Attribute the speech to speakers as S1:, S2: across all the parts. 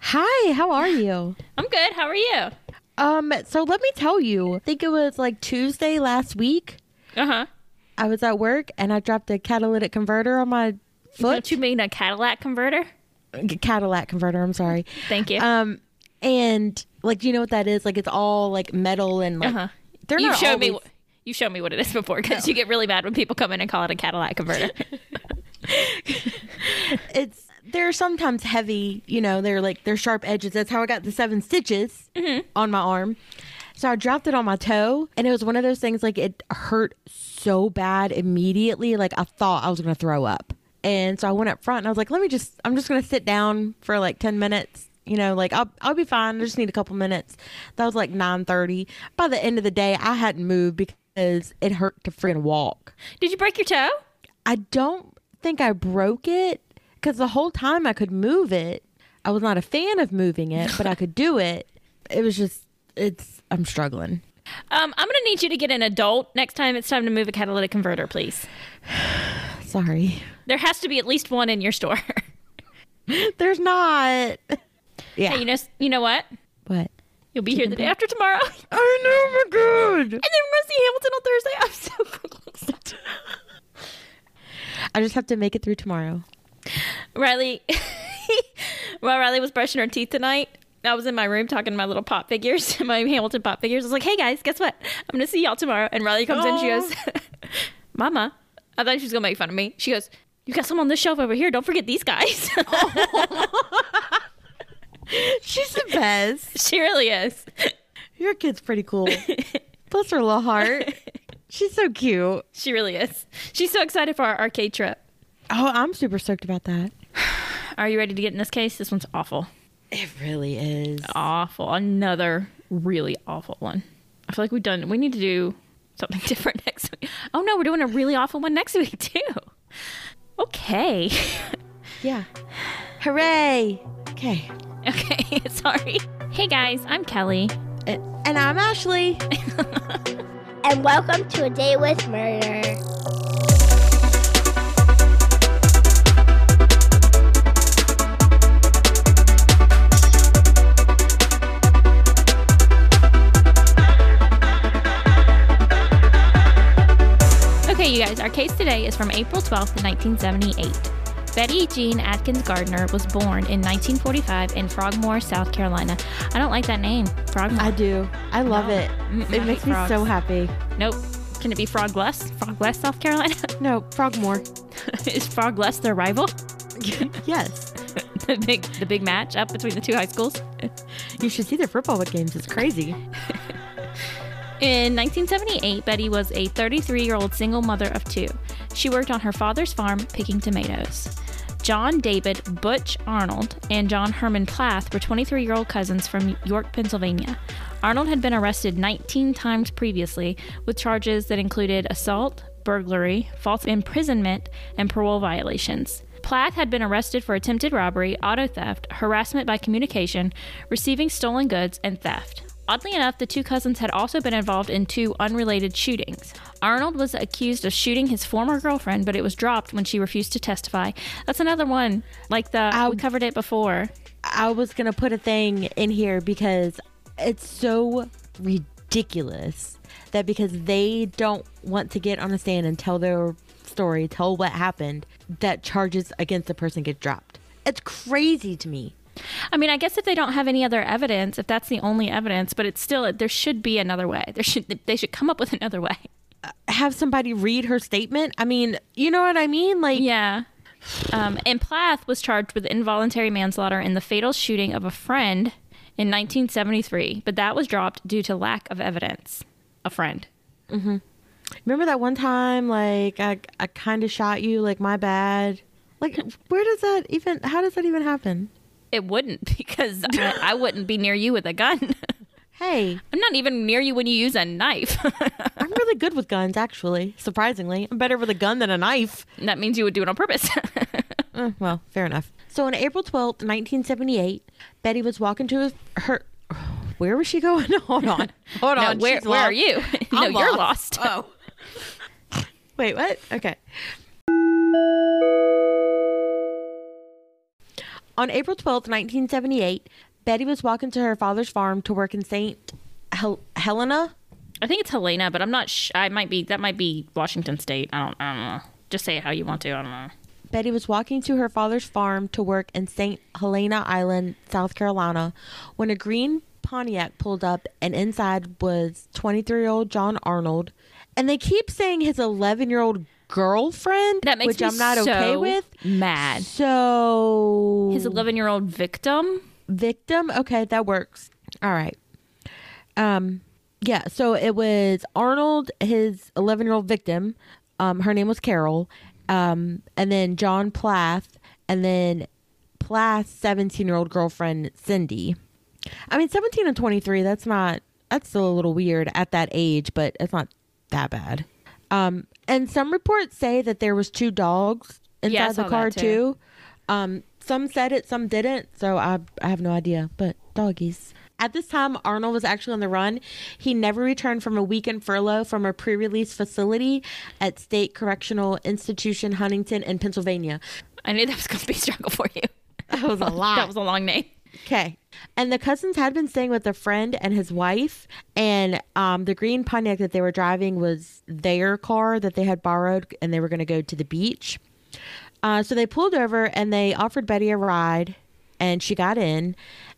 S1: Hi, how are you?
S2: I'm good. How are you?
S1: Um, so let me tell you, I think it was like Tuesday last week.
S2: Uh huh.
S1: I was at work and I dropped a catalytic converter on my foot.
S2: Don't you mean a Cadillac converter?
S1: Mm-hmm. Cadillac converter, I'm sorry.
S2: Thank you.
S1: Um, and like, do you know what that is? Like, it's all like metal and like,
S2: Uh-huh.
S1: they're
S2: you
S1: not
S2: showed me.
S1: always-
S2: wh- You showed me what it is before because you get really mad when people come in and call it a Cadillac converter.
S1: it's they're sometimes heavy you know they're like they're sharp edges that's how i got the seven stitches on my arm so i dropped it on my toe and it was one of those things like it hurt so bad immediately like i thought i was gonna throw up and so i went up front and i was like let me just i'm just gonna sit down for like 10 minutes you know like i'll, I'll be fine i just need a couple minutes that was like 9.30 by the end of the day i hadn't moved because it hurt to freaking walk
S2: Did you break your toe?
S1: I don't think I broke it because the whole time I could move it. I was not a fan of moving it, but I could do it. It was just, it's, I'm struggling.
S2: Um, I'm gonna need you to get an adult next time it's time to move a catalytic converter, please.
S1: Sorry.
S2: There has to be at least one in your store.
S1: There's not. Yeah.
S2: hey, you know, s- you know what?
S1: What?
S2: You'll be here the day after tomorrow, and then
S1: I know, my God.
S2: Rosie Hamilton on Thursday. I'm so confused.
S1: I just have to make it through tomorrow.
S2: Riley, while Riley was brushing her teeth tonight, I was in my room talking to my little pop figures, my Hamilton pop figures. I was like, hey guys, guess what? I'm going to see y'all tomorrow. And Riley comes in, she goes, Mama, I thought she was going to make fun of me. She goes, you got some on this shelf over here. Don't forget these guys.
S1: She's the best.
S2: she really is.
S1: Your kid's pretty cool. Bless her little heart. She's so cute.
S2: She really is. She's so excited for our arcade trip.
S1: Oh, I'm super stoked about that.
S2: Are you ready to get in this case? This one's awful.
S1: It really is.
S2: Awful. Another really awful one. I feel like we've done, we need to do something different next week. Oh no, we're doing a really awful one next week too. Okay.
S1: Yeah. Hooray. Okay.
S2: Okay, sorry. Hey guys, I'm Kelly.
S1: A- And I'm Ashley.
S3: and welcome to A Day with Murder.
S2: Okay, you guys, our case today is from April 12th, 1978. Betty Jean Atkins Gardner was born in 1945 in Frogmore, South Carolina. I don't like that name, Frogmore.
S1: I do. I love
S2: No.
S1: it.
S2: Mm-mm, I
S1: it makes
S2: hate
S1: me
S2: frogs.
S1: so happy.
S2: nope. Can it be Frogless? Frogless, South Carolina?
S1: No, Frogmore.
S2: is Frogless their rival?
S1: yes.
S2: the big the big match up between the two high schools.
S1: You should see their football games. It's crazy.
S2: In 1978, Betty was a 33 year old single mother of two. She worked on her father's farm picking tomatoes. John David Butch Arnold and John Herman Plath were 23 year old cousins from York, Pennsylvania. Arnold had been arrested 19 times previously with charges that included assault, burglary, false imprisonment, and parole violations. Plath had been arrested for attempted robbery, auto theft, harassment by communication, receiving stolen goods, and theft. Oddly enough, the two cousins had also been involved in two unrelated shootings. Arnold was accused of shooting his former girlfriend, but it was dropped when she refused to testify. That's another one, like the we covered it before.
S1: I was going to put a thing in here because it's so ridiculous that because they don't want to get on a stand and tell their story, tell what happened, that charges against the person get dropped. It's crazy to me.
S2: I mean, I guess if they don't have any other evidence, if that's the only evidence, but it's still there should be another way. There should they should come up with another way.
S1: Have somebody read her statement. I mean, you know what I mean? Like,
S2: Yeah. Um, and Plath was charged with involuntary manslaughter in the fatal shooting of a friend in 1973, but that was dropped due to lack of evidence. A friend.
S1: Remember that one time, like I, I kind of shot you, like my bad. Like, where does that even? How does that even happen?
S2: It wouldn't because I, I wouldn't be near you with a gun.
S1: Hey,
S2: I'm not even near you when you use a knife.
S1: I'm really good with guns, actually. Surprisingly, I'm better with a gun than a knife.
S2: that means you would do it on purpose.
S1: Eh, well, fair enough. So, on April 12th, 1978, Betty was walking to her. Where was she going? Hold on, hold
S2: no,
S1: on.
S2: where,
S1: she's
S2: where are
S1: lost.
S2: you? no,
S1: I'm
S2: you're lost. Oh.
S1: Oh. Wait, what? Okay. On April 12th, 1978, Betty was walking to her father's farm to work in St. Hel- Helena.
S2: I think it's Helena, but I'm not. Sh- I might be. That might be Washington State. I don't. I don't know. Just say it how you want to. I don't know.
S1: Betty was walking to her father's farm to work in St. Helena Island, South Carolina, when a green Pontiac pulled up, and inside was 23 year old John Arnold. And they keep saying his 11 year old girlfriend,
S2: That makes
S1: which
S2: me
S1: I'm not
S2: so
S1: okay with.
S2: Mad.
S1: So
S2: His 11 year old victim.
S1: victim. Okay, that works. All right. Um, yeah. So it was Arnold, his 11 year old victim. Um, her name was Carol. Um, and then John Plath, and then Plath's 17 year old girlfriend Cindy. I mean, 17 and 23. That's not. That's still a little weird at that age, but it's not that bad. Um, and some reports say that there was two dogs inside
S2: Yeah, I saw
S1: the
S2: that
S1: car
S2: too.
S1: too. Um, some said it, some didn't. So I, I have no idea, but doggies. At this time, Arnold was actually on the run. He never returned from a weekend furlough from a pre release facility at State Correctional Institution, Huntington, in Pennsylvania.
S2: I knew that was going to be a struggle for you.
S1: That was a lot.
S2: That was a long name.
S1: Okay. And the cousins had been staying with a friend and his wife, and um, the green Pontiac that they were driving was their car that they had borrowed, and they were going to go to the beach. Uh, so they pulled over and they offered Betty a ride, and she got in,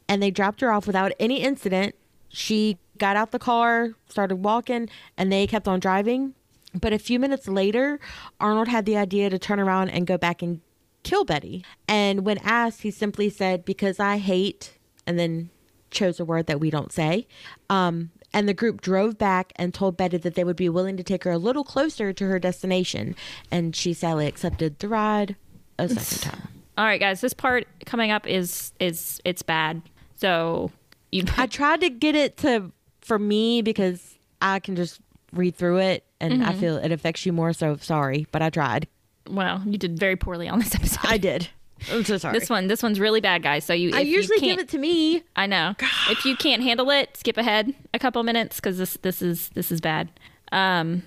S1: and they dropped her off without any incident. She got out the car, started walking, and they kept on driving. But a few minutes later, Arnold had the idea to turn around and go back and kill Betty. And when asked, he simply said, Because I hate, and then chose a word that we don't say. Um, and the group drove back and told Betty that they would be willing to take her a little closer to her destination. And she sadly accepted the ride a second time.
S2: All right, guys. This part coming up is is it's bad. So you.
S1: I tried to get it to for me because I can just read through it and I feel it affects you more. So sorry, but I tried.
S2: Well, you did very poorly on this episode.
S1: I did. I'm so sorry.
S2: This one, this one's really bad, guys. So you,
S1: I
S2: if you
S1: usually give
S2: can't-
S1: it to me.
S2: I know. If you can't handle it, skip ahead a couple minutes because this this is this is bad. Um,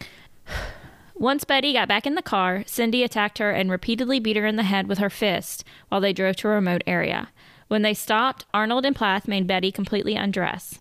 S2: once Betty got back in the car, Cindy attacked her and repeatedly beat her in the head with her fist while they drove to a remote area. When they stopped, Arnold and Plath made Betty completely undress.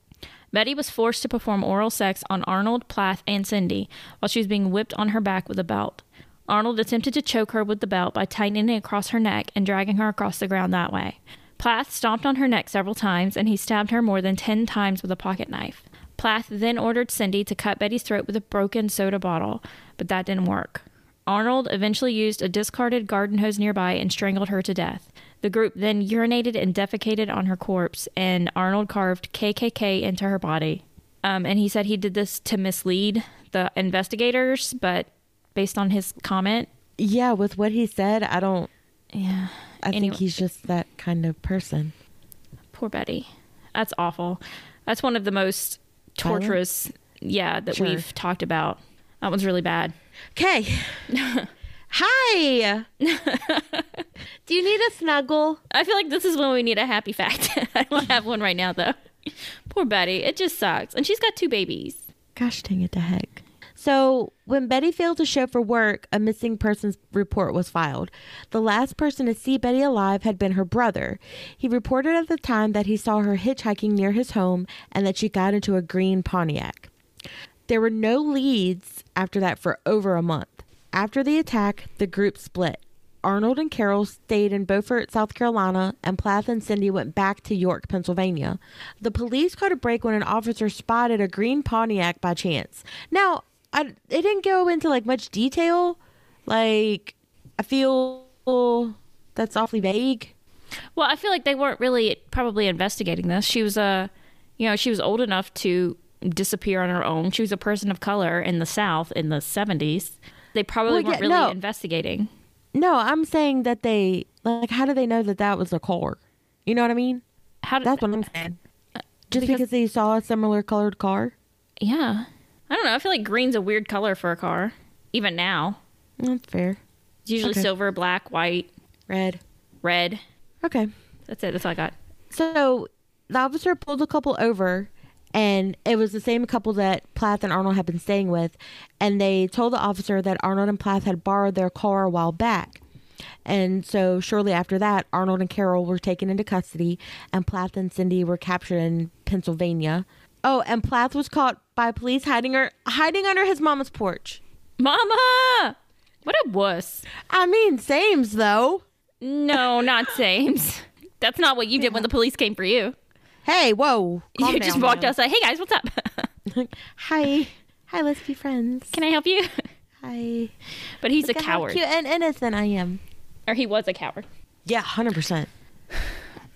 S2: Betty was forced to perform oral sex on Arnold, Plath, and Cindy while she was being whipped on her back with a belt. Arnold attempted to choke her with the belt by tightening it across her neck and dragging her across the ground that way. Plath stomped on her neck several times and he stabbed her more than 10 times with a pocket knife. Plath then ordered Cindy to cut Betty's throat with a broken soda bottle, but that didn't work. Arnold eventually used a discarded garden hose nearby and strangled her to death. The group then urinated and defecated on her corpse, and Arnold carved KKK into her body. Um, and he said he did this to mislead the investigators, but based on his comment,
S1: Yeah, with what he said, I don't.
S2: yeah.
S1: I
S2: Anyway.
S1: think he's just that kind of person.
S2: Poor Betty. That's awful. That's one of the most
S1: Violent?
S2: torturous, yeah, that
S1: Sure.
S2: we've talked about. That one's really bad.
S1: Okay. Hi. Do you need a snuggle?
S2: I feel like this is when we need a happy fact. I don't have one right now, though. Poor Betty. It just sucks. And she's got two babies.
S1: Gosh dang it to heck. So, when Betty failed to show for work, a missing persons report was filed. The last person to see Betty alive had been her brother. He reported at the time that he saw her hitchhiking near his home and that she got into a green Pontiac. There were no leads after that for over a month. After the attack, the group split. Arnold and Carol stayed in Beaufort, South Carolina, and Plath and Cindy went back to York, Pennsylvania. The police caught a break when an officer spotted a green Pontiac by chance. Now, I, it didn't go into like much detail. Like, I feel that's awfully vague.
S2: Well, I feel like they weren't really probably investigating this. She was a, you know, she was old enough to disappear on her own. She was a person of color in the South in the 70s. They
S1: Well,
S2: probably weren't
S1: yeah,
S2: really
S1: no.
S2: investigating.
S1: No, I'm saying that they like. How do they know that that was a car? You know what I mean?
S2: How did,
S1: That's what I'm saying. Just
S2: because-
S1: because, they saw a similar colored car?
S2: Yeah. I don't know. I feel like green's a weird color for a car, even now.
S1: That's Mm, fair.
S2: It's usually
S1: Okay.
S2: silver, black, white,
S1: Red.
S2: red.
S1: Okay.
S2: That's it. That's all I got.
S1: So the officer pulled a couple over, and it was the same couple that Plath and Arnold had been staying with. And they told the officer that Arnold and Plath had borrowed their car a while back. And so shortly after that, Arnold and Carol were taken into custody, and Plath and Cindy were captured in Pennsylvania. Oh, and Plath was caught by police hiding her hiding under his mama's porch.
S2: Mama! What a wuss.
S1: I mean, same's though.
S2: No, not James. That's not what you did when the police came for you.
S1: Hey, whoa! calm
S2: you just
S1: down
S2: walked
S1: now.
S2: outside. Hey guys, what's up?
S1: Hi, hi. Let's be friends.
S2: Can I help you?
S1: Hi.
S2: But he's
S1: Look
S2: a
S1: at how
S2: coward.
S1: cute and innocent I am.
S2: Or he was a coward.
S1: Yeah, hundred percent.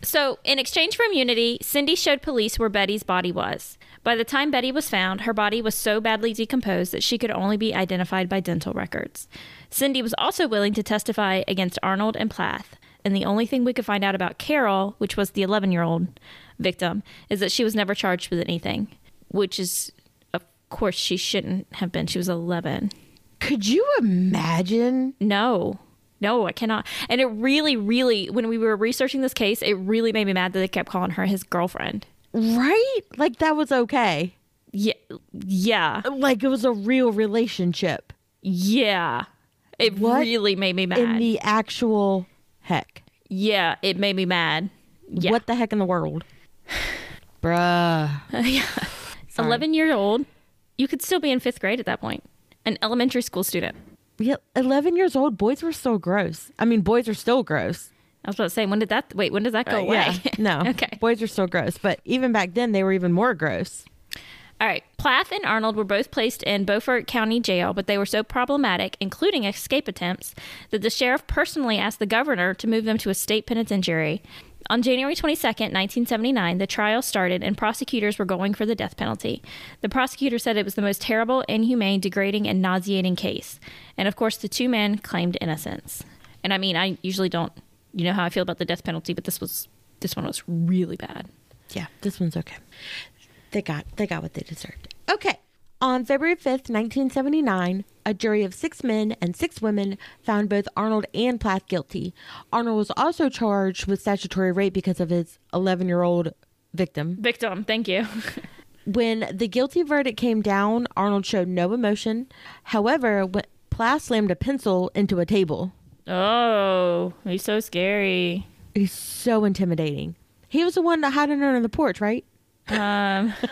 S2: So, in exchange for immunity, Cindy showed police where Betty's body was. By the time Betty was found, her body was so badly decomposed that she could only be identified by dental records. Cindy was also willing to testify against Arnold and Plath. And the only thing we could find out about Carol, which was the 11 year old victim, is that she was never charged with anything, which is, of course, she shouldn't have been. She was 11.
S1: Could you imagine?
S2: No. No, I cannot. And it really, really, when we were researching this case, it really made me mad that they kept calling her his girlfriend.
S1: Right? Like that was okay.
S2: Yeah. Yeah.
S1: Like it was a real relationship
S2: Yeah. It
S1: What
S2: really made me
S1: in
S2: mad.
S1: the actual heck.
S2: yeah, it made me mad. Yeah.
S1: What the heck in the world? Bruh.
S2: 11 year old, you could still be in fifth grade at that point, an elementary school student.
S1: Yeah, 11 years old, boys were still gross. I mean, boys are still gross.
S2: I was about to say, when did that, wait, when does that go away?
S1: Uh, Yeah. No.
S2: okay.
S1: Boys are still gross. But even back then, they were even more gross.
S2: All right. Plath and Arnold were both placed in Beaufort County Jail, but they were so problematic, including escape attempts, that the sheriff personally asked the governor to move them to a state penitentiary. On January 22, 1979, the trial started and prosecutors were going for the death penalty. The prosecutor said it was the most terrible, inhumane, degrading, and nauseating case. And of course, the two men claimed innocence. And I mean, I usually don't, you know how I feel about the death penalty, but this was this one was really bad.
S1: Yeah, this one's okay. They got they got what they deserved. Okay. On February 5th, 1979, a jury of six men and six women found both Arnold and Plath guilty. Arnold was also charged with statutory rape because of his 11 year old victim.
S2: Victim, thank you.
S1: When the guilty verdict came down, Arnold showed no emotion. However, wh- Plath slammed a pencil into a table.
S2: Oh, he's so scary.
S1: He's so intimidating. He was the one that hiding under the porch, right?
S2: Um,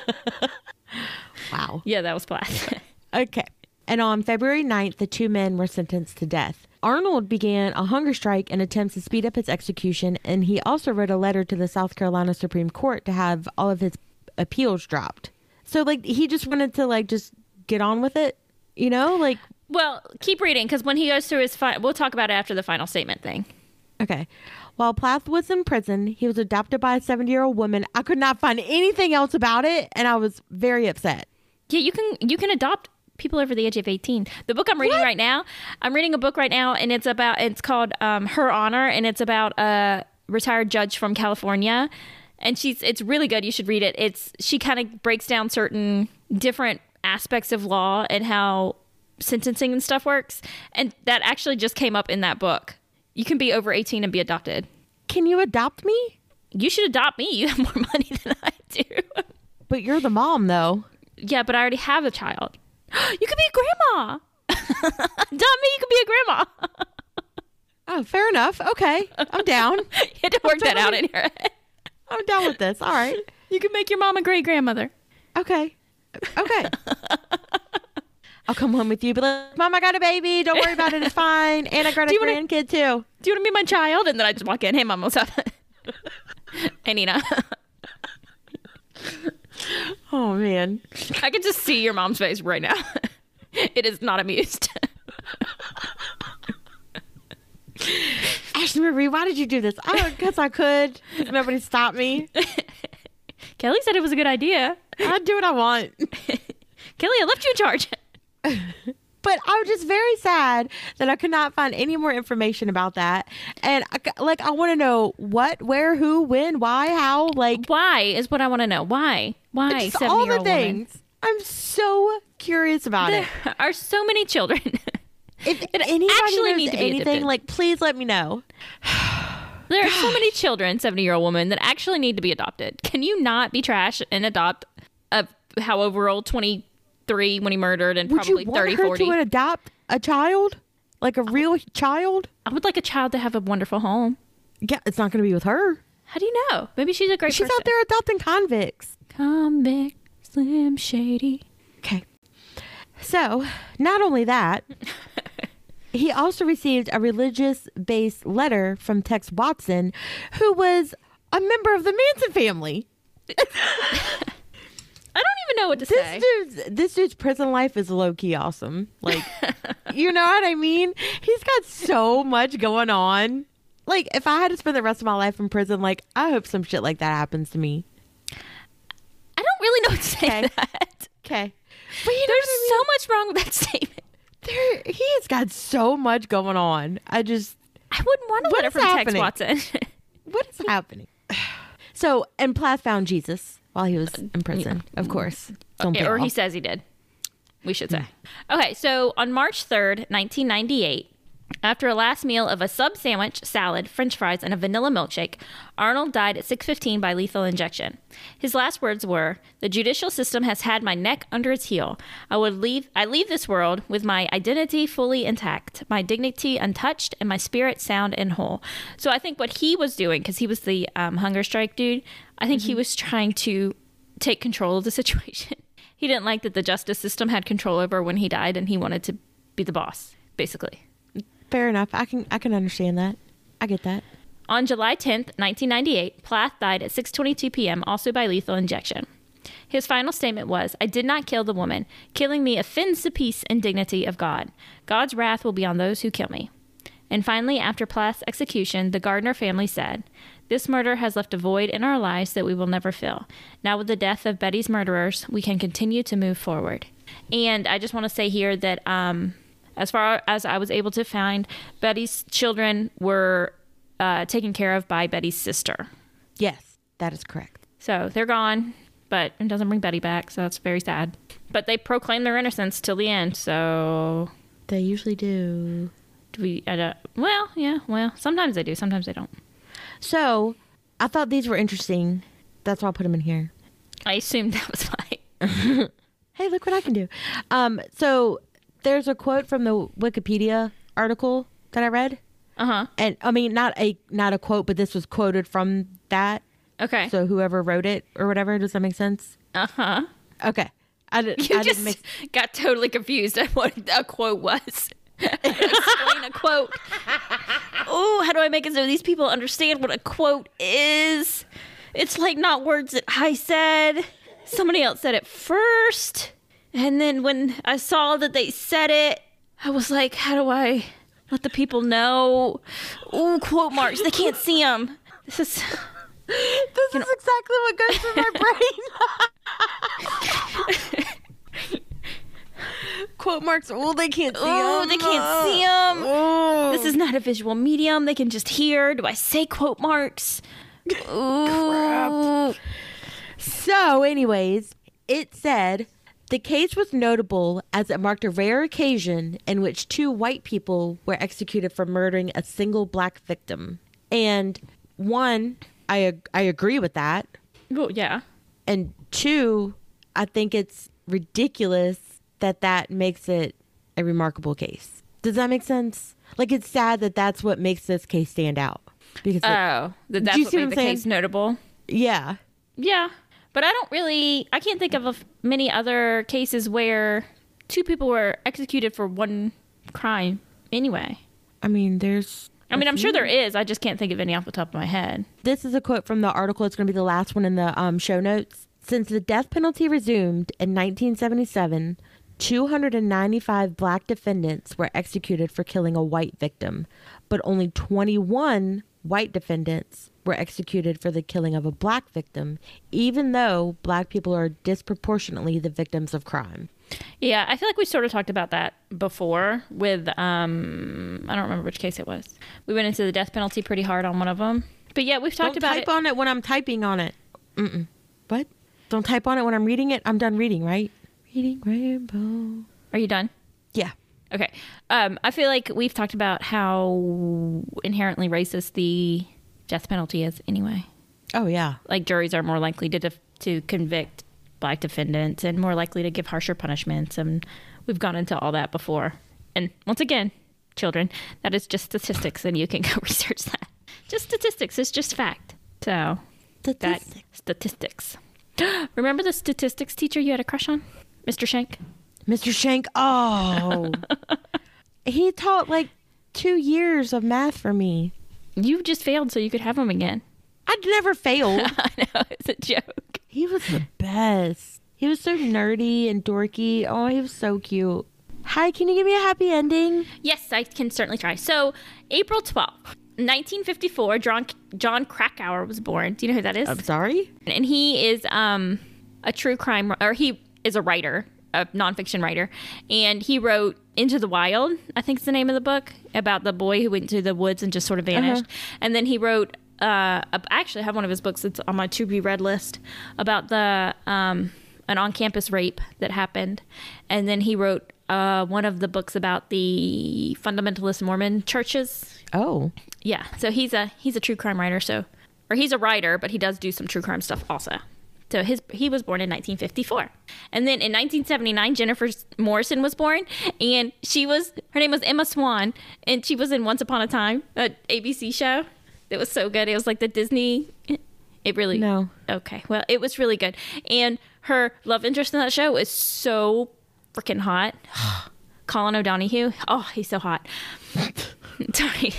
S1: Wow.
S2: yeah, that was Plath.
S1: Okay. And on February 9th, the two men were sentenced to death. Arnold began a hunger strike in attempts to speed up his execution, and he also wrote a letter to the South Carolina Supreme Court to have all of his appeals dropped. So, like, he just wanted to, like, just get on with it, you know? Like,
S2: well, keep reading because when he goes through his final, we'll talk about it after the final statement thing.
S1: okay. While Plath was in prison, he was adopted by a 70 year old woman. I could not find anything else about it, and I was very upset.
S2: Yeah, you can you can adopt people over the age of eighteen. The book I'm reading right now, I'm reading a book right now, and it's about it's called um, Her Honor, and it's about a retired judge from California, and she's it's really good. You should read it. It's she kind of breaks down certain different aspects of law and how sentencing and stuff works, and that actually just came up in that book. You can be over eighteen and be adopted.
S1: Can you adopt me?
S2: You should adopt me. You have more money than I do.
S1: But you're the mom, though.
S2: Yeah, but I already have a child. you could be a grandma. Dummy, you could be a grandma.
S1: Oh, fair enough. Okay. I'm down.
S2: you had to work that out in your head.
S1: I'm down with this. All right.
S2: You could make your mom a great grandmother.
S1: Okay. Okay. I'll come home with you, but like, Mom, I got a baby. Don't worry about it. It's fine. And I got a
S2: Do you wanna-
S1: grandkid too.
S2: Do you want to be my child? And then I just walk in. Hey, mom, what's up? hey, Nina.
S1: Oh man.
S2: I can just see your mom's face right now. it is not amused.
S1: Ashley Marie, why did you do this? I guess I could. Nobody stopped me.
S2: Kelly said it was a good idea.
S1: I do what I want.
S2: Kelly, I left you in charge.
S1: But I was just very sad that I could not find any more information about that. And I c like, I want to know what, where, who, when, why, how, like,
S2: Why is what I want to know. Why? Why?
S1: just
S2: 70
S1: all
S2: year
S1: the
S2: old woman?
S1: things. I'm so curious about it.
S2: There are so many children.
S1: If anybody
S2: actually
S1: knows
S2: needs to be
S1: anything,
S2: addicted.
S1: like, please let me know.
S2: There are so many children, 70 year old woman, that actually need to be adopted. Can you not be trash and adopt a however old 23 when he murdered and
S1: Would
S2: probably
S1: you
S2: Oh.
S1: want
S2: 30,
S1: her
S2: 40?
S1: to adopt a child? Like a real child?
S2: I would like a child to have a wonderful home.
S1: Yeah, it's not going to be with her.
S2: How do you know? Maybe she's a great
S1: She's
S2: person.
S1: out there adopting convicts.
S2: Convict, Slim Shady.
S1: Okay. So, not only that, he also received a religious based letter from Tex Watson, who was a member of the Manson family.
S2: I don't even know what to
S1: This
S2: say.
S1: dude's this dude's prison life is low key awesome. Like, you know what I mean? He's got so much going on. Like, if I had to spend the rest of my life in prison, like, I hope some shit like that happens to me.
S2: I don't really know what to say
S1: Okay.
S2: to that.
S1: Okay, but you know
S2: There's
S1: what I mean?
S2: so much wrong with that statement.
S1: There, he has got so much going on. I just,
S2: I wouldn't want a
S1: What
S2: letter
S1: is
S2: from
S1: happening?
S2: Tex Watson.
S1: what is happening? So, and Plath found Jesus while he was in prison, of course. Don't
S2: Yeah,
S1: pay
S2: or he
S1: off. Hmm.
S2: says he did. We should say. Okay, so on March 3rd, 1998, after a last meal of a sub sandwich, salad, french fries, and a vanilla milkshake, Arnold died at 6:15 by lethal injection. His last words were, "The judicial system has had my neck under its heel. I would leave I leave this world with my identity fully intact, my dignity untouched, and my spirit sound and whole." So I think what he was doing cuz he was the um, hunger strike dude, I think he was trying to take control of the situation. He didn't like that the justice system had control over when he died and he wanted to be the boss, basically.
S1: Fair enough. I can, I can understand that. I get that.
S2: On July 10th, 1998, Plath died at 6:22 p.m. also by lethal injection. His final statement was, "I did not kill the woman. Killing me offends the peace and dignity of God. God's wrath will be on those who kill me." And finally, after Plath's execution, the Gardner family said, "This murder has left a void in our lives that we will never fill. Now with the death of Betty's murderers, we can continue to move forward." And I just want to say here that um as far as I was able to find, Betty's children were uh, taken care of by Betty's sister.
S1: Yes, that is correct.
S2: So they're gone, but it doesn't bring Betty back, so that's very sad. But they proclaim their innocence till the end, so
S1: They usually do.
S2: do we, I don't, well, yeah, well, sometimes they do, sometimes they don't.
S1: So, I thought these were interesting. That's why I put them in here.
S2: I assumed that was fine.
S1: Hey, look what I can do. Um, so there's a quote from the Wikipedia article that I read,
S2: Uh huh.
S1: and I mean not a not a quote, but this was quoted from that.
S2: Okay.
S1: So whoever wrote it or whatever, does that make sense?
S2: uh
S1: Uh-huh.
S2: huh.
S1: Okay, I, did,
S2: You
S1: I
S2: just
S1: didn't make.
S2: got totally confused at what a quote was. Explain a quote. Oh, how do I make it so these people understand what a quote is? It's like not words that I said. Somebody else said it first. And then when I saw that they said it, I was like, how do I let the people know? Ooh, quote marks. They can't see them. This is.
S1: This is exactly what goes through my brain. quote marks. Oh, they can't see.
S2: Ooh, they can't see them.
S1: Oh,
S2: This is not a visual medium. They can just hear. Do I say quote marks? Ooh.
S1: So, anyways, it said the case was notable as it marked a rare occasion in which two white people were executed for murdering a single black victim. And one, I ag- I agree with that,
S2: Well, yeah.
S1: and two, I think it's ridiculous that that makes it a remarkable case. Does that make sense? Like it's sad that that's what makes this case stand out because it-
S2: Oh, that that's
S1: you
S2: what
S1: see
S2: made
S1: what I'm
S2: the
S1: saying?
S2: case notable.
S1: yeah,
S2: Yeah, but I don't really. I can't think of a f- many other cases where two people were executed for one crime. Anyway,
S1: I mean, there's
S2: I mean, I'm sure there is. I just can't think of any off the top of my head.
S1: This is a quote from the article. It's going to be the last one in the um, show notes. Since the death penalty resumed in 1977, 295 black defendants were executed for killing a white victim, but only 21 white defendants were executed for the killing of a black victim, even though black people are disproportionately the victims of crime.
S2: Yeah, I feel like we sort of talked about that before with um I don't remember which case it was. We went into the death penalty pretty hard on one of them. But yeah, we've talked
S1: Don't
S2: about
S1: type
S2: it.
S1: on it when I'm typing on it. Mm-mm. What? Don't type on it when I'm reading it. I'm done reading, right? Reading Rainbow.
S2: Are you done?
S1: Yeah.
S2: Okay. Um, I feel like we've talked about how inherently racist the death penalty is anyway.
S1: Oh, yeah.
S2: Like juries are more likely to def- to convict black defendants and more likely to give harsher punishments and we've gone into all that before. And once again, children. That is just statistics, and you can go research that. Just statistics. It's just fact. So that
S1: Statistic.
S2: statistics. Remember the statistics teacher you had a crush on, Mr. Shank?
S1: Mr. Shank. Oh, he taught like two years of math for me.
S2: You just failed, so you could have him again.
S1: I'd never failed.
S2: I know it's a joke.
S1: he was the best. He was so nerdy and dorky. Oh, he was so cute. Hi, can you give me a happy ending?
S2: Yes, I can certainly try. So, April twelfth, 1954, John, John Krakauer was born. Do you know who that is?
S1: I'm sorry.
S2: and he is um, a true crime, or he is a writer, a nonfiction writer, and he wrote Into the Wild, I think is the name of the book, about the boy who went into the woods and just sort of vanished. And then he wrote, uh, a- I actually have one of his books that's on my to be read list about the um, an on campus rape that happened, and then he wrote. Uh, one of the books about the fundamentalist Mormon churches
S1: Oh,
S2: yeah. So he's a he's a true crime writer. So, or he's a writer, but he does do some true crime stuff also. So his he was born in 1954, and then in 1979 Jennifer Morrison was born, and she was her name was Emma Swan, and she was in Once Upon a Time, a ABC show that was so good. It was like the Disney. It really
S1: No.
S2: okay. Well, it was really good, and her love interest in that show is so freaking hot. Colin O'Donohue. Oh, he's so hot. Sorry.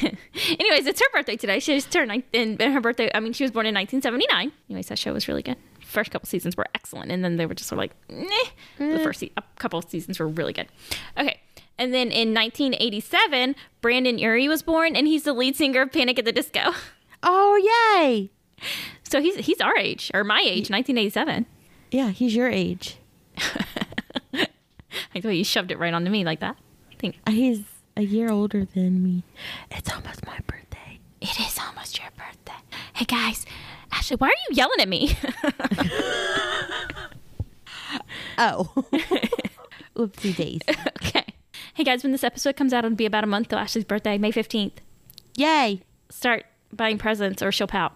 S2: Anyways, it's her birthday today. She just turned nine- and and her birthday. I mean, she was born in 1979. Anyways, that show was really good. First couple seasons were excellent, and then they were just sort of like, meh. The first se- a couple of seasons were really good. Okay, and then in 1987, Brandon Urie was born, and he's the lead singer of Panic at the Disco.
S1: oh, yay!
S2: So he's he's our age or my age, 1987.
S1: Yeah, he's your age.
S2: Like the way you shoved it right onto me like that. I think
S1: Uh, He's a year older than me. It's almost my birthday.
S2: It is almost your birthday. Hey guys, Ashley, why are you yelling at me?
S1: Oh, oopsie days!
S2: okay. Hey guys, when this episode comes out, it'll be about a month till Ashley's birthday, May 15th.
S1: Yay!
S2: Start buying presents or she'll pout.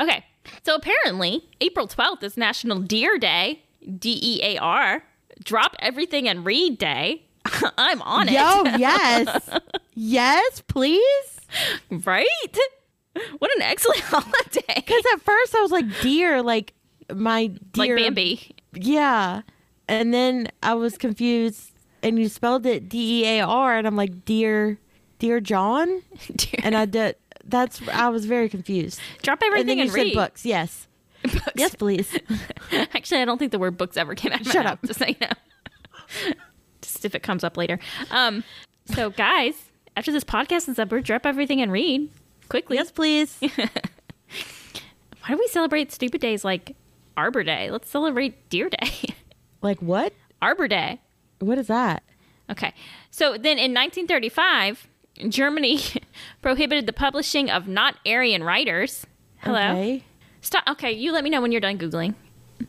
S2: Okay. So apparently, April 12th is National Deer Day, D E A R, Drop Everything and Read Day. I'm on it.
S1: Yo, yes, yes, please.
S2: Right? What an excellent holiday.
S1: Because at first I was like, deer, like my
S2: Like
S1: deer.
S2: Bambi.
S1: Yeah. And then I was confused and you spelled it D E A R and I'm like, dear, dear John.
S2: Deer-
S1: And I did. That's I was very confused.
S2: Drop
S1: And then
S2: everything
S1: you
S2: and,
S1: said
S2: read.
S1: books. Yes.
S2: Books.
S1: Yes, please.
S2: Actually, I don't think the word books ever came out. of my
S1: Shut
S2: mouth,
S1: up.
S2: Just so you know. just if it comes up later. Um, so guys, after this podcast is up, we're drop everything and read quickly.
S1: yes, please.
S2: Why do we celebrate stupid days like Arbor Day? Let's celebrate Deer Day.
S1: like what?
S2: Arbor Day.
S1: What is that?
S2: Okay. So then in 1935, Germany prohibited the publishing of not Aryan writers. Hello.
S1: Okay.
S2: Stop. Okay, you let me know when you're done googling.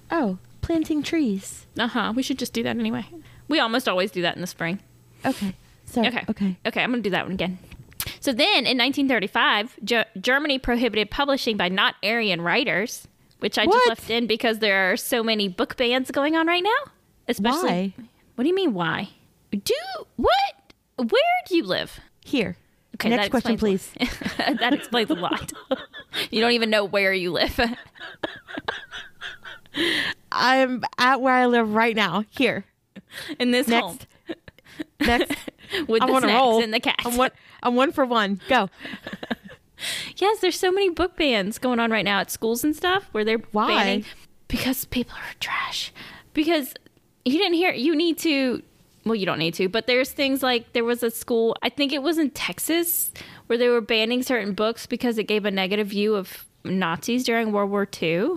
S1: Oh, planting trees.
S2: Uh huh. We should just do that anyway. We almost always do that in the spring.
S1: Okay. Sorry.
S2: Okay.
S1: Okay.
S2: Okay. I'm going to do that one again. So then in 1935, Ge- Germany prohibited publishing by not Aryan writers, which I just
S1: What?
S2: left in because there are so many book bans going on right now. Especially.
S1: Why?
S2: What do you mean, why? Do what? Where do you live?
S1: Here.
S2: Okay,
S1: Next
S2: that
S1: question,
S2: explains-
S1: please.
S2: that explains a lot. you don't even know where you live.
S1: I'm at where I live right now. Here.
S2: In this
S1: Next.
S2: home.
S1: Next.
S2: With
S1: I'm
S2: the
S1: on a
S2: snacks
S1: roll.
S2: and the cats.
S1: I'm one, I'm one for one. Go.
S2: Yes, there's so many book bans going on right now at schools and stuff where they're
S1: Why?
S2: banning because people are trash. Because you didn't hear you need to well, you don't need to, but there's things like there was a school, I think it was in Texas, where they were banning certain books because it gave a negative view of Nazis during World War II.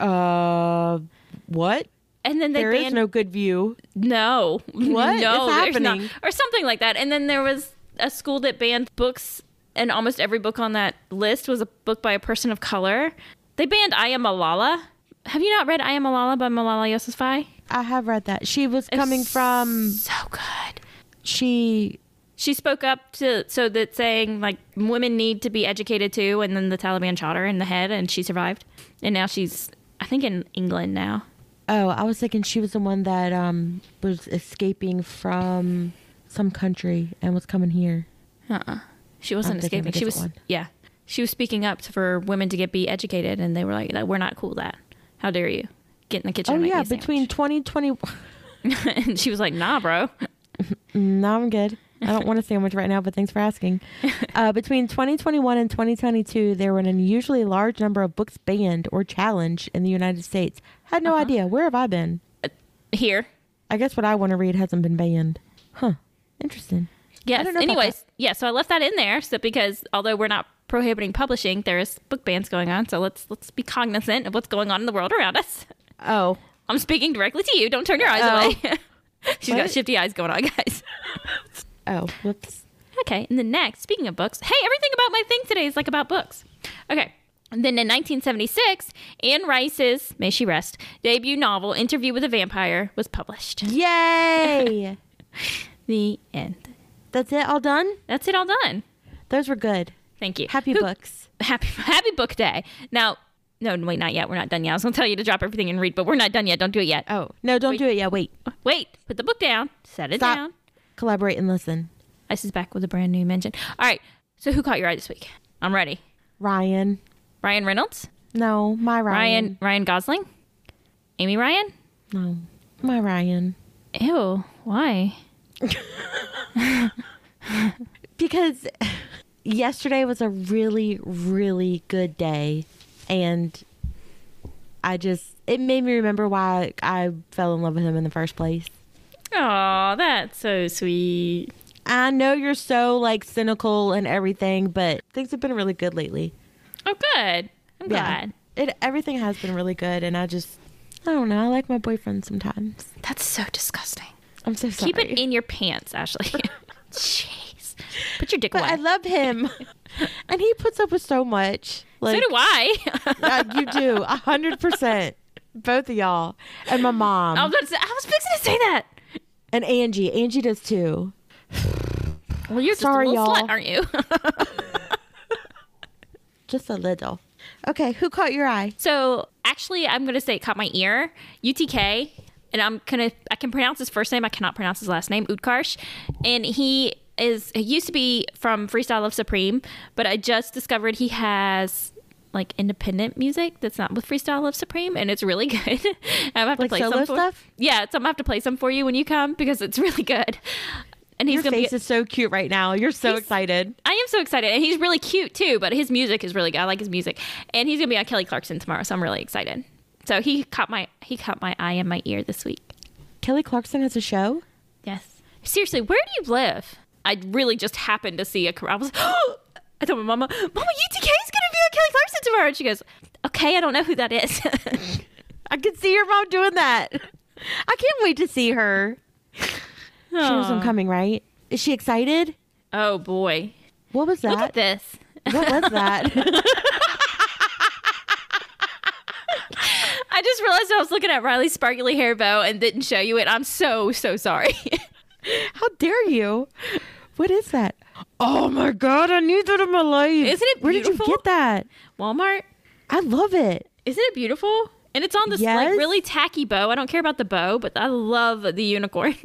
S1: Uh, what?
S2: And then they
S1: There is
S2: banned
S1: no good view.
S2: No.
S1: What is
S2: No, there's not.
S1: happening?
S2: Or something like that. And then there was a school that banned books, and almost every book on that list was a book by a person of color. They banned I Am Malala. Have you not read I Am Malala by Malala Yousafzai?
S1: I have read that. She was coming from
S2: So good.
S1: she
S2: She spoke up to so that saying like women need to be educated too, and then the Taliban shot her in the head, and she survived. And now she's, I think, in England now.
S1: Oh, I was thinking she was the one that um was escaping from some country and was coming here.
S2: Uh-uh. She wasn't
S1: I'm thinking of a
S2: escaping. She was
S1: different one.
S2: yeah. She was speaking up for women to get be educated, and they were like, "We're not cool with that. How dare you get in the kitchen?"
S1: Oh
S2: and make me
S1: yeah,
S2: a sandwich."
S1: between 2020.
S2: and she was like, "Nah, bro."
S1: No, I'm good. I don't want a sandwich right now, but thanks for asking. Uh, between 2021 and 2022, there were an unusually large number of books banned or challenged in the United States. Had no idea. Where have I been?
S2: Uh, Here,
S1: I guess what I want to read hasn't been banned. Huh. Interesting.
S2: yes.
S1: don't know about
S2: Anyways, yeah. So I left that in there, so because although we're not prohibiting publishing, there is book bans going on. So let's let's be cognizant of what's going on in the world around us.
S1: Oh,
S2: I'm speaking directly to you. Don't turn your eyes
S1: Oh.
S2: away. She's got
S1: What?
S2: shifty eyes going on, guys.
S1: oh, whoops.
S2: Okay, and the next, speaking of books, hey, everything about my thing today is like about books. Okay. And then in 1976, Anne Rice's, may she rest, debut novel, Interview with a Vampire, was published.
S1: Yay!
S2: The end.
S1: That's it. All done.
S2: That's it all done.
S1: Those were good.
S2: Thank you.
S1: Happy
S2: Who-
S1: books.
S2: Happy, happy book day. Now, no, wait, not yet. We're not done yet. I was going to tell you to drop everything and read, but we're not done yet. Don't do it yet.
S1: Oh no, don't do it yet. Wait.
S2: Wait, put the book down. Set it
S1: Oh. Stop.
S2: down.
S1: Collaborate and listen.
S2: Ice is back with a brand new mention. All right. So who caught your eye this week? I'm ready.
S1: Ryan.
S2: Ryan Reynolds?
S1: No, my
S2: Ryan
S1: Ryan.
S2: Ryan Gosling? Amy Ryan?
S1: No, my Ryan.
S2: Ew, why?
S1: because yesterday was a really really good day and i just it made me remember why i fell in love with him in the first place
S2: Oh, that's so sweet.
S1: i know you're so like cynical and everything but things have been really good lately
S2: Oh, good. I'm glad.
S1: it everything has been really good and i just i don't know i like my boyfriend sometimes
S2: That's so disgusting.
S1: i'm so sorry
S2: Keep it in your pants, Ashley. Jeez. Put your dick
S1: but
S2: away.
S1: i love him and he puts up with so much
S2: so
S1: like
S2: do I.
S1: Uh, you do a hundred percent. Both of y'all and my mom
S2: I was, about to say- I was fixing to say that.
S1: and Angie. Angie does too.
S2: Well, you're just
S1: Sorry,
S2: a little
S1: y'all.
S2: slut, aren't you?
S1: Just a little. Okay, who caught your eye?
S2: so, actually, I'm going to say it caught my ear. UTK. And I'm going to, I can pronounce his first name. I cannot pronounce his last name, Utkarsh. And he is, he used to be from Freestyle of Supreme, but I just discovered he has like independent music that's not with Freestyle of Supreme. And it's really good. I'm have to
S1: Like
S2: play
S1: solo
S2: some for,
S1: stuff?
S2: Yeah. It's, I'm going to have to play some for you when you come because it's really good. And he's
S1: Your
S2: going to be.
S1: face is so cute right now. You're so excited.
S2: I am so excited. And he's really cute too, but his music is really good. I like his music. And he's gonna be on Kelly Clarkson tomorrow, so I'm really excited. So he caught my he caught my eye and my ear this week.
S1: Kelly Clarkson has a show.
S2: Yes. Seriously, where do you live? I really just happened to see a car- I was I told my mama, Mama, UTK is gonna be on Kelly Clarkson tomorrow. And she goes, Okay, I don't know who that is.
S1: I can see your mom doing that. I can't wait to see her. She knows I'm coming, right? Is she excited?
S2: oh boy.
S1: What was
S2: Look at
S1: that?
S2: this.
S1: What was that?
S2: I just realized I was looking at Riley's sparkly hair bow and didn't show you it. I'm so, so sorry.
S1: How dare you? What is that? Oh my god! I need that in my life.
S2: Isn't it
S1: Where did
S2: beautiful?
S1: you get that?
S2: Walmart.
S1: I love it.
S2: Isn't it beautiful? And it's on this
S1: Yes.
S2: like really tacky bow. I don't care about the bow, but I love the unicorn.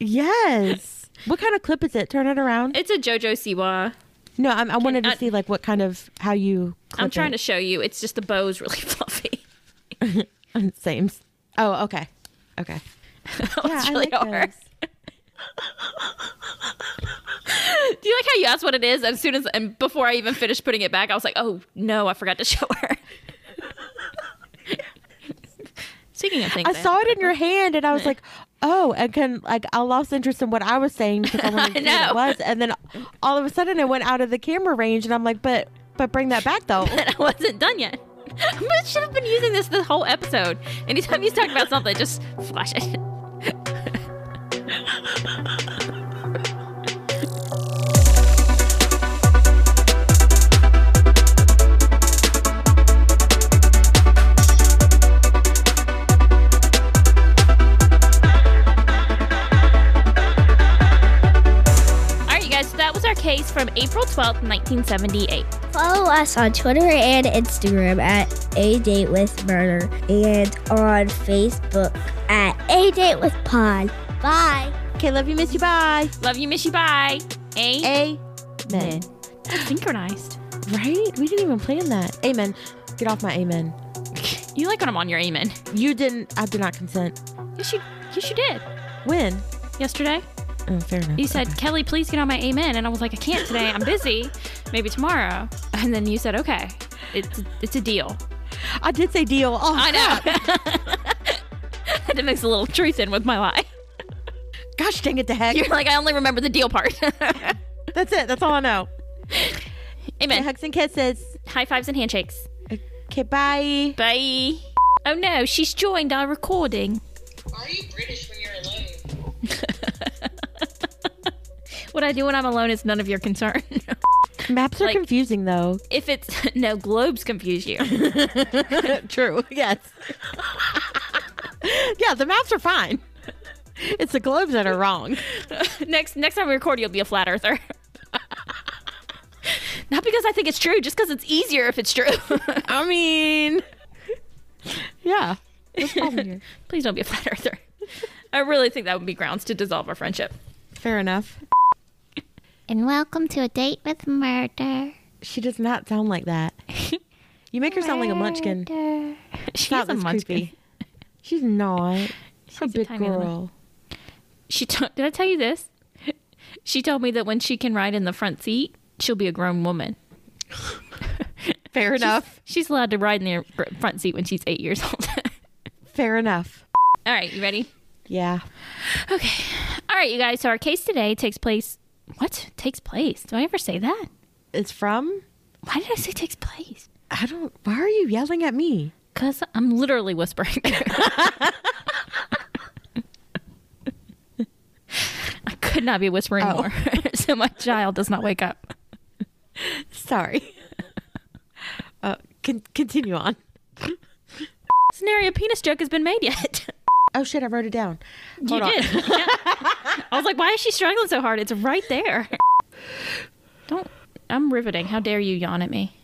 S1: Yes. what kind of clip is it? Turn it uh, around.
S2: It's a JoJo Siwa.
S1: no, I'm, I wanted to
S2: I-
S1: see like what kind of how you.
S2: I'm trying to show you. It's just the bow's really fluffy.
S1: to. Same. Oh, okay. Okay.
S2: it's
S1: I
S2: really
S1: like
S2: hard. Do you like how you asked what it is? As soon as and before I even finished putting it back, I was like, oh no, I forgot to show her. Speaking of things,
S1: I saw it in your hand, and I was like, "Oh!" And can like I lost interest in what I was saying because I wanted to see what
S2: I know.
S1: it was, and then all of a sudden it went out of the camera range, and I'm like, "But, but bring that back though."
S2: that I wasn't done yet. I should have been using this the whole episode. Anytime you talk about something, just flash it. All right, you guys, so that was our case from April 12th, 1978.
S3: Follow us on Twitter and Instagram at A Date with Murder and on Facebook at A Date with Pod. Bye.
S1: okay, love you, miss you, bye.
S2: Love you, Missy. Bye. A.
S1: A men.
S2: Synchronized.
S1: Right? We didn't even plan that. Amen. Get off my amen.
S2: You like when I'm on your amen.
S1: You didn't. I did not consent.
S2: Yes, you, yes, you did.
S1: When?
S2: Yesterday,
S1: Oh, fair enough.
S2: you said, Kelly, please get on my amen. And I was like, I can't today. I'm busy. Maybe tomorrow. And then you said, okay, it's, it's a deal.
S1: I did say deal. Oh,
S2: I know.
S1: crap.
S2: I had to mix a little truth in with my lie.
S1: Gosh dang it, the heck.
S2: You're like, I only remember the deal part.
S1: That's it. That's all I know.
S2: amen.
S1: Hugs and kisses.
S2: High fives and handshakes.
S1: Okay, bye.
S2: Bye. Oh no, she's joined our recording.
S4: Are you British when you're alone?
S2: what I do when I'm alone is none of your concern.
S1: Maps are
S2: Like-
S1: confusing, though.
S2: if it's no globes confuse you.
S1: True. Yes. yeah, the maps are fine. It's the globes that are wrong.
S2: next next time we record you'll be a flat earther. Not because I think it's true, just because it's easier if it's true.
S1: I mean, yeah. What's the problem here?
S2: Please don't be a flat earther. I really think that would be grounds to dissolve our friendship.
S1: Fair enough.
S5: And welcome to a date with murder.
S1: She does not sound like that. You make her sound like a munchkin.
S5: Murder.
S2: She's
S1: Stop, that's creepy. She's not. She's a
S2: a
S1: big
S2: tiny little-
S1: girl.
S2: She t- did I tell you this? She told me that when she can ride in the front seat, she'll be a grown woman.
S1: Fair enough.
S2: She's allowed to ride in the fr- front seat when she's eight years old.
S1: Fair enough.
S2: All right, you ready?
S1: Yeah.
S2: All right, you guys. So our case today takes place. What takes place? Do I ever say that?
S1: It's from.
S2: Why did I say takes place?
S1: I don't. Why are you yelling at me?
S2: Cause I'm literally whispering. I could not be whispering
S1: Oh.
S2: more, so my child does not wake up.
S1: Sorry. Uh, con- continue on.
S2: Scenario penis joke has been made yet.
S1: Oh shit! I wrote it down.
S2: you
S1: Hold on.
S2: did. Yeah. I was like, why is she struggling so hard? It's right there. Don't. I'm riveting. How dare you yawn at me?